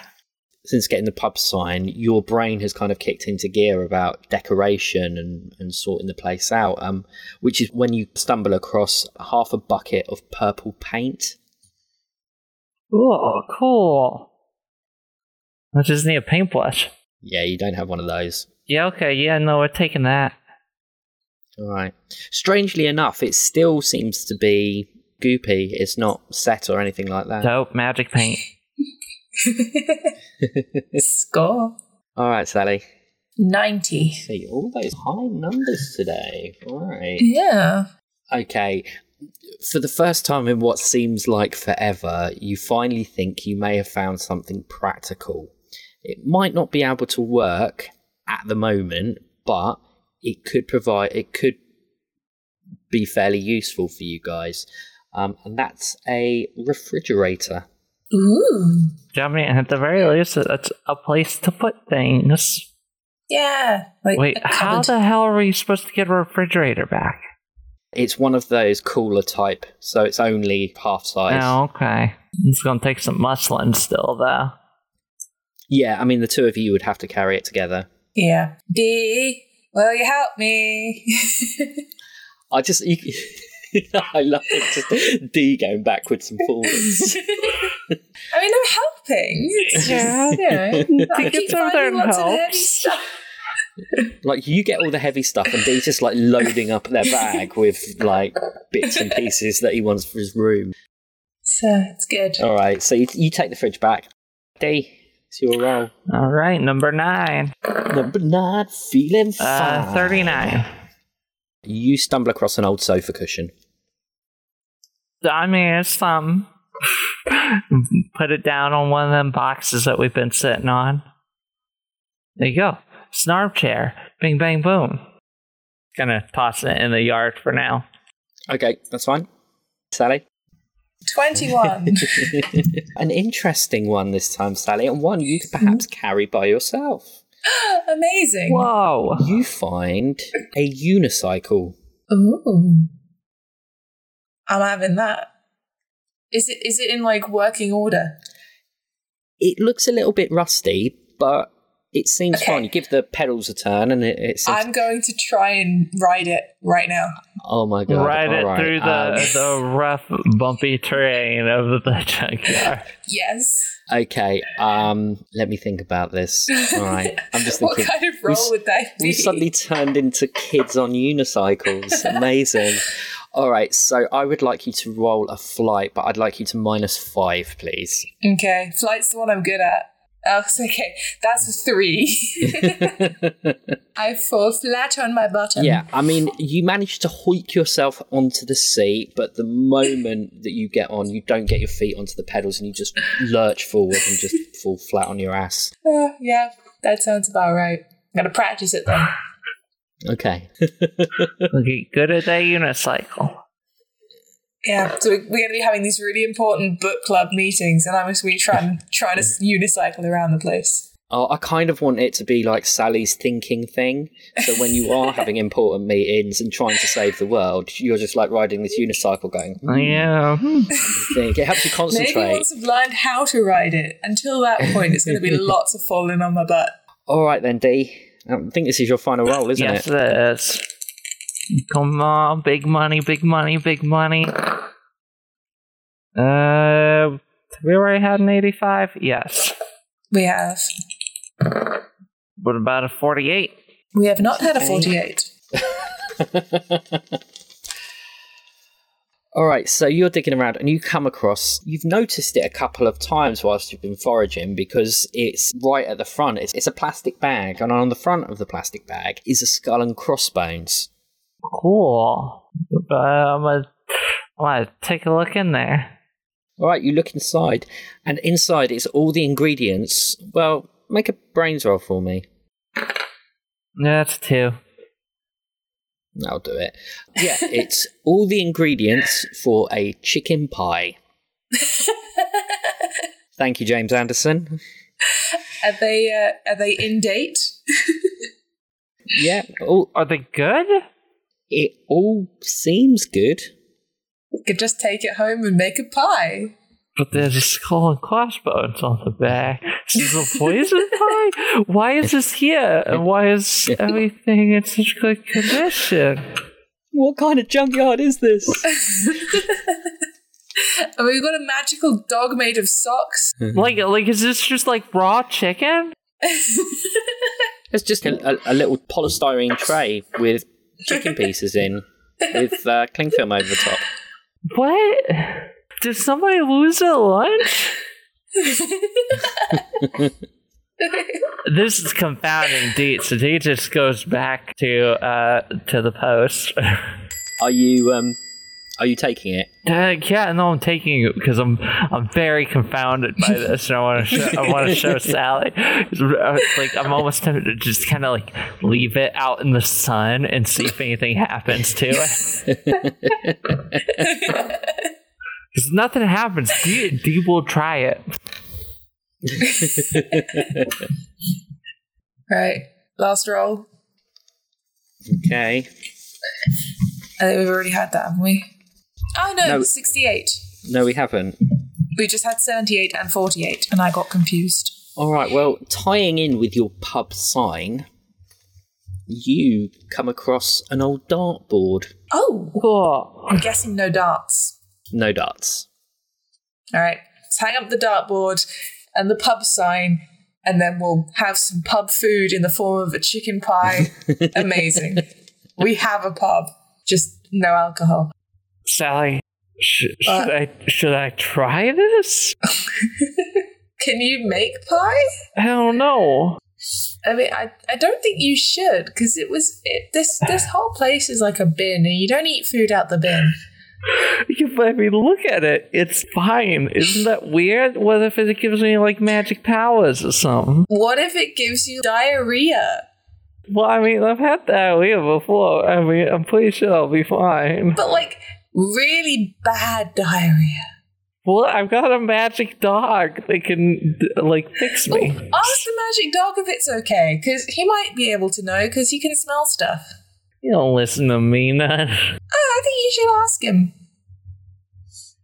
Since getting the pub sign, your brain has kind of kicked into gear about decoration and, and sorting the place out, um, which is when you stumble across half a bucket of purple paint. Oh, cool. I just need a paintbrush. Yeah, you don't have one of those. Yeah, okay, yeah, no, we're taking that. All right. Strangely enough, it still seems to be goopy. It's not set or anything like that. Dope, magic paint. Score All right, Sally. 90. See, all those high numbers today. All right. Yeah. Okay. For the first time in what seems like forever, you finally think you may have found something practical. It might not be able to work at the moment, but it could provide, it could be fairly useful for you guys. Um, and that's a refrigerator. Ooh. I mean, at the very least, it's a place to put things. Yeah. Like Wait, a how cupboard. the hell are we supposed to get a refrigerator back? It's one of those cooler type, so it's only half size. Oh, okay. It's gonna take some muscling still, though. Yeah, I mean, the two of you would have to carry it together. Yeah. Dee, will you help me? I just, you, I love it. Just D going backwards and forwards. I mean, I'm helping. It's Yeah. just, you know, I Think keep it's over there finding and lots of helps. heavy stuff. like you get all the heavy stuff, and D's just like loading up their bag with like bits and pieces that he wants for his room. So it's good. All right, so you, you take the fridge back. D, it's your roll. All right, number nine. Number nine, feeling fine. Uh, 39. You stumble across an old sofa cushion. I mean, it's some. Put it down on one of them boxes that we've been sitting on. There you go. Snarb chair. Bing, bang, boom. Gonna toss it in the yard for now. Okay, that's fine. Sally. 21. An interesting one this time, Sally, and one you could perhaps carry by yourself. Amazing. Whoa. You find a unicycle. Ooh. I'm having that. Is it is it in like working order? It looks a little bit rusty, but it seems Okay. fine. You give the pedals a turn, and it, it seems. I'm going to try and ride it right now. oh my god! Ride it all right, through the, the rough, bumpy terrain of the junkyard. Yes. um, okay, um, let me think about this. All right, I'm just what thinking. kind of we role s- would that be? we suddenly turned into kids on unicycles. Amazing. All right, so I would like you to roll a flight, but I'd like you to minus five, please. okay, flight's the one I'm good at. Oh, it's okay. That's a three. I fall flat on my bottom. yeah, I mean, you manage to hoik yourself onto the seat, but the moment that you get on, you don't get your feet onto the pedals and you just lurch forward and just fall flat on your ass. Uh, yeah, that sounds about right. I'm gonna practice it then. Okay. Okay, good at that unicycle. Yeah, so we- we're going to be having these really important book club meetings, and I'm just going to be trying, trying to unicycle around the place. Oh, I kind of want it to be like Sally's thinking thing. So when you are having important meetings and trying to save the world, you're just like riding this unicycle going, "Hmm, Oh, Yeah. I think. It helps you Maybe concentrate. once I've learned how to ride it, until that point, it's going to be lots of falling on my butt. All right then, D. I think this is your final roll, isn't yes, it? it is. Come on, big money, big money, big money. Uh, we already had an 85? Yes. We have. What about a 48? We have not had a Okay. 48. All right, so you're digging around and you come across, you've noticed it a couple of times whilst you've been foraging because it's right at the front. It's, it's a plastic bag, and on the front of the plastic bag is a skull and crossbones. Cool. Uh, I'm gonna, I'm gonna take a look in there. All right, you look inside, and inside is all the ingredients. Well, make a brains roll for me. Yeah, that's a two. That'll do it. Yeah, it's all the ingredients for a chicken pie. Thank you, James Anderson. Are they uh, are they in date? Yeah, all, Are they good? it all seems good. You could just take it home and make a pie. But there's a skull and crossbones on the back. Is this a poison pie? Why is this here? And why is everything in such good condition? What kind of junkyard is this? And we've got a magical dog made of socks. Like, like, is this just like raw chicken? It's just a, a, a little polystyrene tray with chicken pieces in, with uh, cling film over the top. What? Did somebody lose their lunch? this is confounding Deet, so Deet just goes back to uh to the post. uh, Are you um, are you taking it? Uh, yeah, no, I'm taking it because I'm I'm very confounded by this, and I want to show, I want to show Sally. Uh, Like I'm almost tempted to just kind of like leave it out in the sun and see if anything happens to it. Because nothing happens, Deet, Deet will try it. Right. Last roll. Okay. I think we've already had that, haven't we? Oh no, No. 68. No, we haven't. We just had 78 and 48, and I got confused. All right. Well, tying in with your pub sign, you come across an old dartboard. Oh, Cool. I'm guessing no darts. No darts. All right, let's hang up the dartboard and the pub sign, and then we'll have some pub food in the form of a chicken pie. Amazing. We have a pub, just no alcohol. Sally, sh- should Uh. I should I try this? Can you make pie? I don't know. I mean, I, I don't think you should because it was it, this this whole place is like a bin, and you don't eat food out the bin. You let me look at it. It's fine. Isn't that weird? What if it gives me like magic powers or something? What if it gives you diarrhea? Well, I mean, I've had that weird before. I mean, I'm pretty sure I'll be fine. But like really bad diarrhea. Well, I've got a magic dog that can like fix Oh, me. ask the magic dog if it's okay, because he might be able to know, because he can smell stuff. You don't listen to me, none. Oh, I think you should ask him.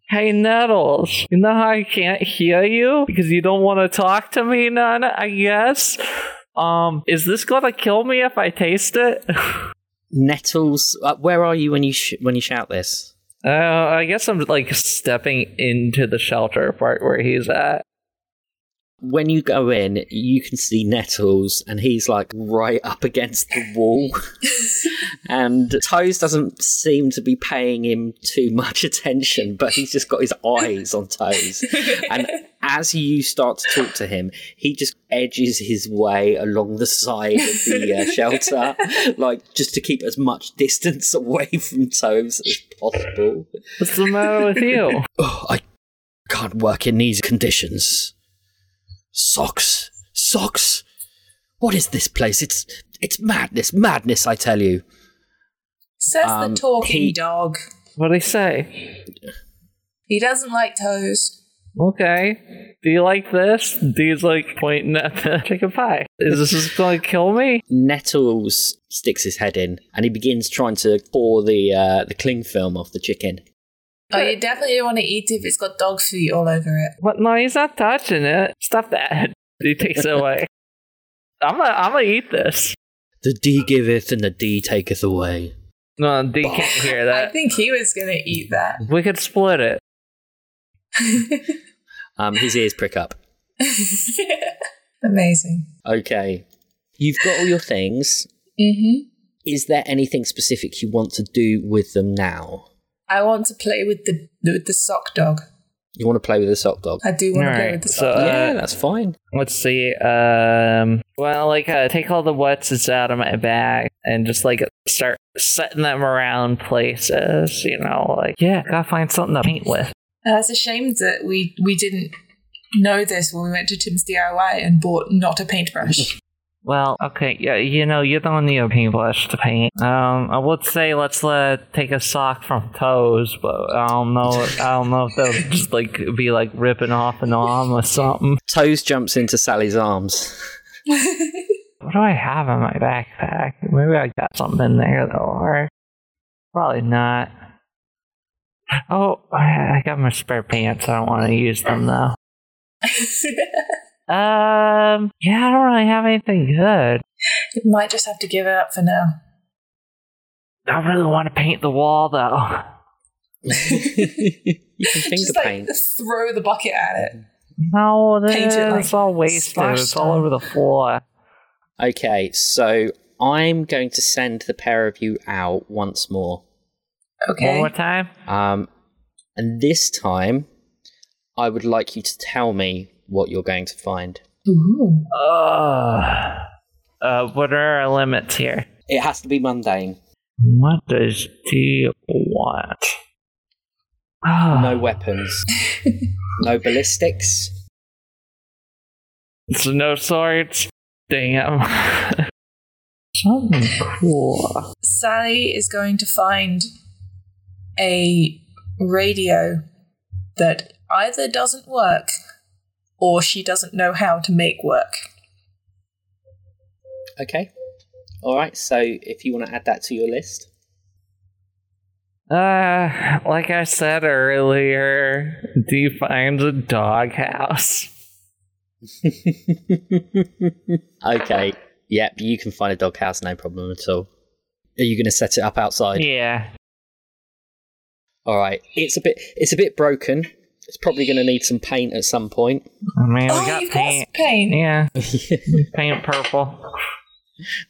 Hey, Nettles, you know how I can't hear you because you don't want to talk to me, Nana, I guess? Um, is this gonna kill me if I taste it? uh, Nettles. Uh, where are you when you sh- when you shout this? Uh, I guess I'm like stepping into the shelter part where he's at. When you go in, you can see Nettles, and he's like right up against the wall. and Toes doesn't seem to be paying him too much attention, but he's just got his eyes on Toes. And as you start to talk to him, he just edges his way along the side of the uh, shelter, like just to keep as much distance away from Toes as possible. What's the matter with you? Oh, I can't work in these conditions. Socks, socks. What is this place? It's it's madness, madness. I tell you. Says Um, the talking he- dog. What'd I say? He doesn't like toes. Okay. Do you like this? D's like pointing at the chicken pie. Is this just gonna kill me? Nettles sticks his head in and he begins trying to pour the uh, the cling film off the chicken. Oh, you definitely don't want to eat it if it's got dog food all over it. What? No, he's not touching it. Stop that. He takes it away. I'm gonna, I'm gonna eat this. The D giveth and the D taketh away. No, they can't hear I that. think he was going to eat that. We could split it. Um, his ears prick up. Amazing. Okay, you've got all your things. hmm Is there anything specific you want to do with them now? I want to play with the with the sock dog. You want to play with the sock dog? I do want to play Alright, with the so, sock. uh, yeah, that's fine. Let's see. Um. Well, like, uh, take all the what's it's out of my bag and just like start setting them around places. You know, like yeah, gotta find something to paint with. Uh, it's a shame that we we didn't know this when we went to Tim's DIY and bought not a paintbrush. Well, okay, yeah, you know, you don't need a paintbrush to paint. Um, I would say let's let take a sock from toes, but I don't know, I don't know if they'll just like be like ripping off an arm or something. Toes jumps into Sally's arms. What do I have in my backpack? Maybe I got something in there though, or probably not. Oh, I I got my spare pants. I don't want to use them though. you Um, yeah, I don't really have anything good. might just have to give it up for now. I really want to paint the wall though. you can finger just like paint. throw the bucket at it. No, Paint it, like, it's all wasted. splash It's all them. over the floor. Okay, so I'm going to send the pair of you out once more. Okay. One more time. Um, and this time, I would like you to tell me what you're going to find. Ooh. Ugh. Uh, what are our limits here? It has to be mundane. What does D want? Ah, No weapons. no ballistics. So no swords. Damn. Something cool. Sally is going to find a radio that either doesn't work or she doesn't know how to make work. Okay. All right, so if you want to add that to your list. Uh, like I said earlier, D finds a doghouse. okay. Yep, you can find a doghouse, no problem at all. Are you going to set it up outside? Yeah. All right. It's a bit. It's a bit broken. It's probably going to need some paint at some point. I mean, we oh, got you've paint. got paint. Yeah, paint purple.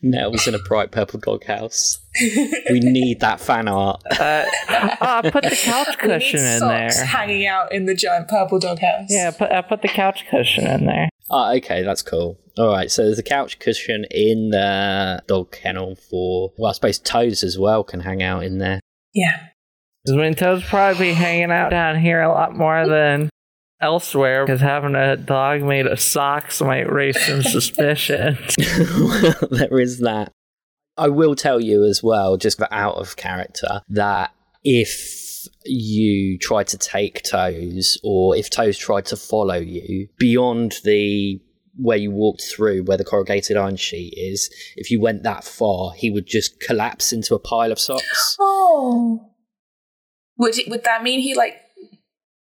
Nels in a bright purple doghouse. we need that fan art. Uh, oh, put the couch We need cushion in socks there. hanging out in the giant purple doghouse. Yeah, put, I put the couch cushion in there. Ah, okay, that's cool. All right, so there's a couch cushion in the dog kennel for. Well, I suppose toes as well can hang out in there. Yeah. Because Minto's probably be hanging out down here a lot more than elsewhere. Because having a dog made of socks might raise some suspicion. well, there is that. I will tell you as well, just for out of character, that if you try to take toes or if toes tried to follow you beyond the where you walked through where the corrugated iron sheet is if you went that far he would just collapse into a pile of socks Oh. Would it, would that mean he like?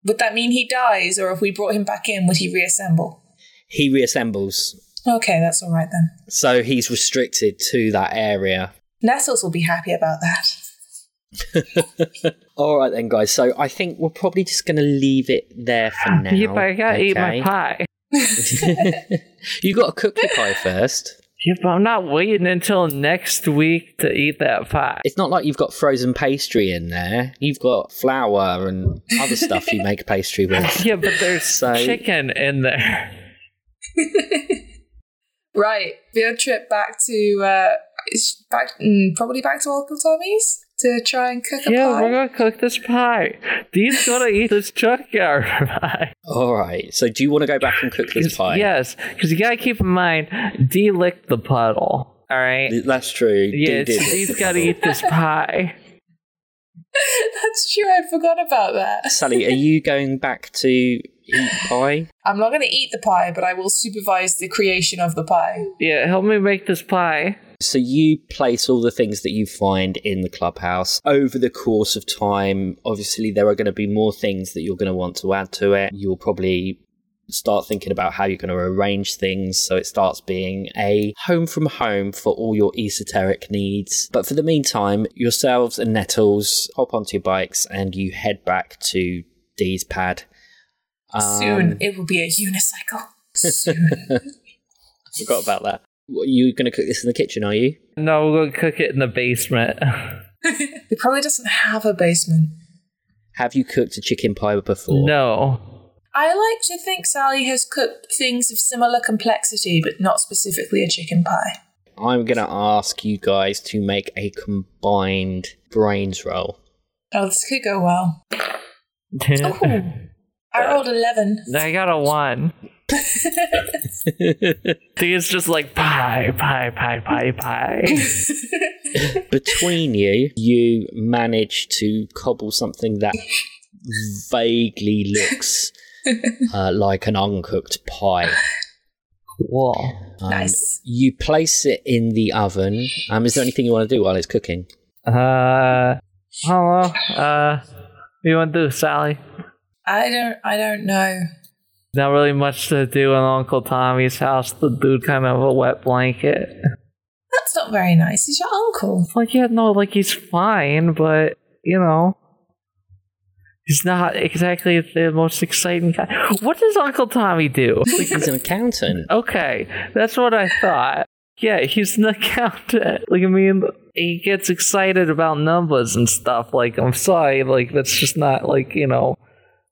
Would that mean he dies, or if we brought him back in, would he reassemble? he reassembles Okay, that's all right then. so he's restricted to that area Nestles will be happy about that. all right then guys so i think we're probably just going to leave it there for now yep, I gotta eat my okay? pie. you got to cook your pie first. Yep, I'm not waiting until next week to eat that pie. It's not like you've got frozen pastry in there. You've got flour and other stuff you make pastry with. Yeah, but there's So- chicken in there. Right, field trip back to uh, it's back mm, probably back to Uncle Tommy's to try and cook a Yeah, pie. we're gonna cook this pie. Dean's gonna eat this junkyard pie. All right. So do you want to go back and cook this 'Cause- pie? Yes, because you gotta keep in mind, D licked the puddle. All right. That's true. Yeah, Dee did it's- it. D's gotta eat this pie. That's true. I forgot about that. Sally, are you going back to eat pie? I'm not going to eat the pie, but I will supervise the creation of the pie. Yeah, help me make this pie. So you place all the things that you find in the clubhouse over the course of time. Obviously, there are going to be more things that you're going to want to add to it. You'll probably start thinking about how you're going to arrange things so it starts being a home from home for all your esoteric needs. But for the meantime, yourselves and Nettles hop onto your bikes and you head back to Dee's pad. Um, Soon it will be a unicycle. Soon. Forgot about that. You're going to cook this in the kitchen, are you? No, we're gonna cook it in the basement. it probably doesn't have a basement. Have you cooked a chicken pie before? no. I like to think Sally has cooked things of similar complexity, but not specifically a chicken pie. I'm going to ask you guys to make a combined brains roll. Oh, this could go well. Ooh, I rolled 11. I got a one. Think it's just like pie, pie, pie, pie, pie. Between you, you manage to cobble something that vaguely looks uh, like an uncooked pie. Whoa. Um, Nice. You place it in the oven. Um, is there anything you want to do while it's cooking? Uh, hello. Uh, what do you want to do, Sally? I don't I don't know. Not really much to do in Uncle Tommy's house. The dude kind of a wet blanket. That's not very nice. He's your uncle. It's like, yeah, no, like he's fine, but you know, he's not exactly the most exciting guy. What does Uncle Tommy do? He's an accountant. Okay, that's what I thought. Yeah, he's an accountant. Like, I mean, he gets excited about numbers and stuff. Like, I'm sorry, like, that's just not, like, you know,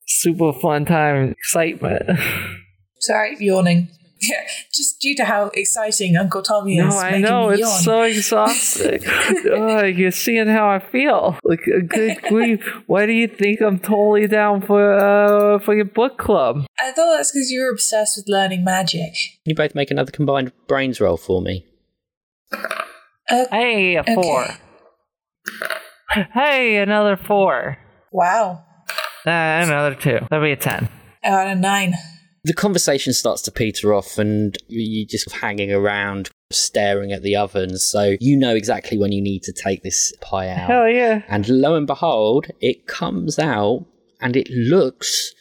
super fun time excitement. Sorry, yawning. Yeah, just due to how exciting Uncle Tommy no, is. I making know, me it's yawn. so exhausting. uh, you're seeing how I feel. Like, a good grief, why do you think I'm totally down for, uh, for your book club? I thought that's because you were obsessed with learning magic. You both make another combined brains roll for me. Uh, Hey, a four. Okay. Hey, another four. Wow. Uh, another two. That'll be a ten. Out of nine. The conversation starts to peter off, and you're just hanging around, staring at the oven. So you know exactly when you need to take this pie out. Hell yeah. And lo and behold, it comes out and it looks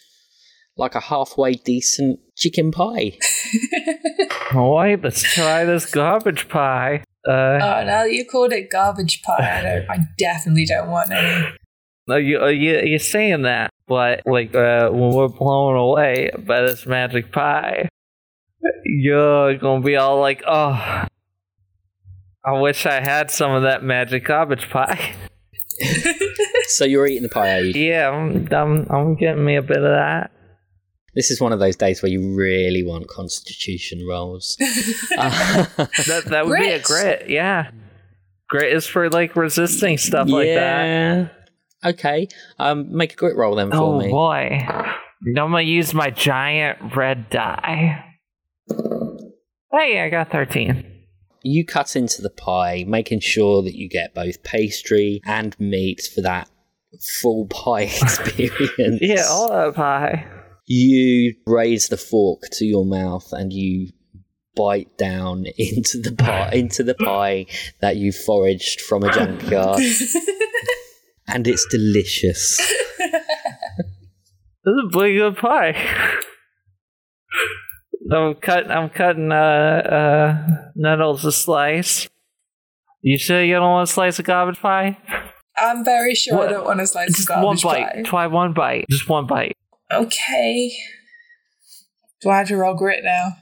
like a halfway decent chicken pie. All right, let's try this garbage pie. Uh, Oh, now that you called it garbage pie, I, don't, I definitely don't want any. no, you, uh, you, you're saying that, but like uh, when we're blown away by this magic pie, you're gonna be all like, "Oh, I wish I had some of that magic garbage pie." so you're eating the pie, are you? yeah, I'm, I'm, I'm getting me a bit of that. This is one of those days where you really want constitution rolls. Uh, That that would be a Grits. grit. Yeah, grit is for like resisting stuff like that. yeah. Okay. Um, make a grit roll then for Oh me. boy. I'm gonna use my giant red die. Hey, I got 13. You cut into the pie, making sure that you get both pastry and meat for that full pie experience. Yeah, all that pie. you raise the fork to your mouth and you bite down into the pie into the pie that you foraged from a junkyard and it's delicious This is a pretty good pie. I'm cut. I'm cutting uh, uh, nettles a slice. You sure you don't want a slice of garbage pie? I'm very sure What? I don't want a slice of Just one garbage bite. pie. Try one bite. Just one bite. Okay. Do I have to roll grit now?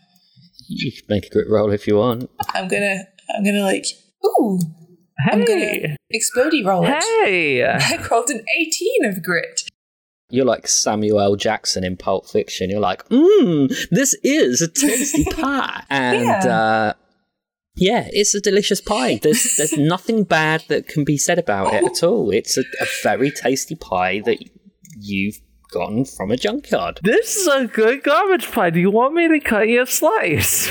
you can make a grit roll if you want I'm gonna, I'm gonna like, ooh, I'm Hey, gonna explodey roll it. hey! I rolled an 18 of grit. you're like samuel L. jackson in pulp fiction you're like mmm this is a tasty pie and Yeah. uh yeah, it's a delicious pie. There's there's nothing bad that can be said about it at all. It's a, a very tasty pie that you've gotten from a junkyard. This is a good garbage pie. Do you want me to cut you a slice?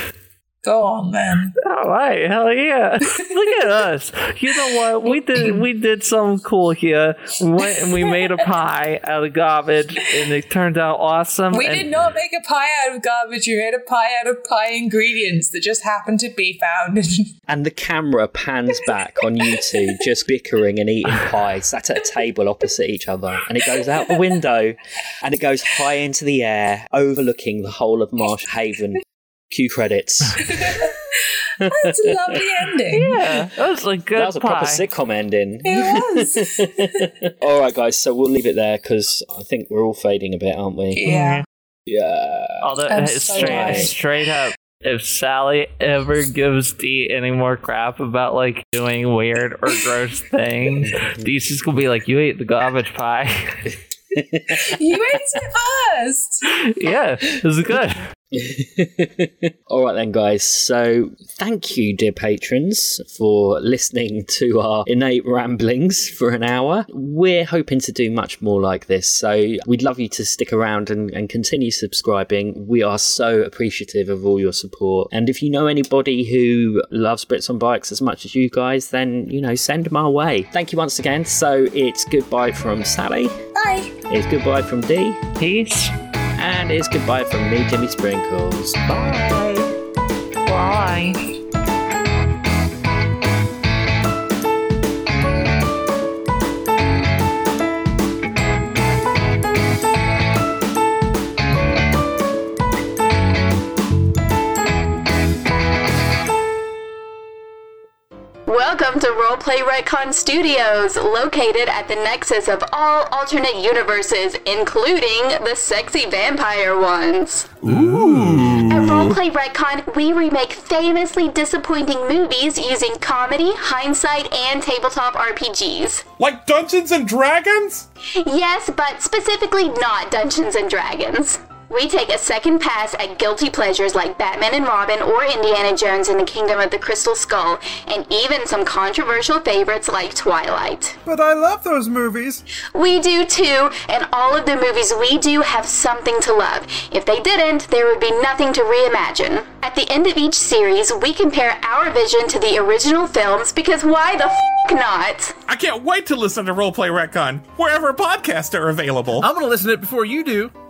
Go on, man. All right, hell yeah! Look at us. You know what? We did we did something cool here. We went and we made a pie out of garbage, and it turned out awesome. We and did not make a pie out of garbage. We made a pie out of pie ingredients that just happened to be found. And the camera pans back on you two just bickering and eating pie, sat at a table opposite each other. And it goes out the window and it goes high into the air, overlooking the whole of Marsh Haven. Cue credits. That's a lovely ending. Yeah, that was a good that was a proper pie. sitcom ending. It was. All right, guys, so we'll leave it there because I think we're all fading a bit, aren't we? Yeah. Yeah. Although I'm uh, so straight sorry. straight up, if Sally ever gives D any more crap about like doing weird or gross things, D's just gonna be like, "You ate the garbage pie." you ate it first. yeah, this is good. All right, then, guys. So, thank you, dear patrons, for listening to our innate ramblings for an hour. We're hoping to do much more like this. So, we'd love you to stick around and, and continue subscribing. We are so appreciative of all your support. And if you know anybody who loves Brits on Bikes as much as you guys, then, you know, send them our way. Thank you once again. So, it's goodbye from Sally, Bye. it's goodbye from Dee, Peace. and it's goodbye from me, Jimmy Sprinkles. Bye. Bye. Welcome to Roleplay Retcon Studios, located at the nexus of all alternate universes, including the sexy vampire ones. At Roleplay Retcon, we remake famously disappointing movies using comedy, hindsight, and tabletop RPGs. Like Dungeons and Dragons? Yes, but specifically not Dungeons and Dragons. We take a second pass at guilty pleasures like Batman and Robin or Indiana Jones and the Kingdom of the Crystal Skull, and even some controversial favorites like Twilight. But I love those movies. We do too, and all of the movies we do have something to love. If they didn't, there would be nothing to reimagine. At the end of each series, we compare our vision to the original films because why the f not? I can't wait to listen to Roleplay Retcon, wherever podcasts are available. I'm gonna listen to it before you do.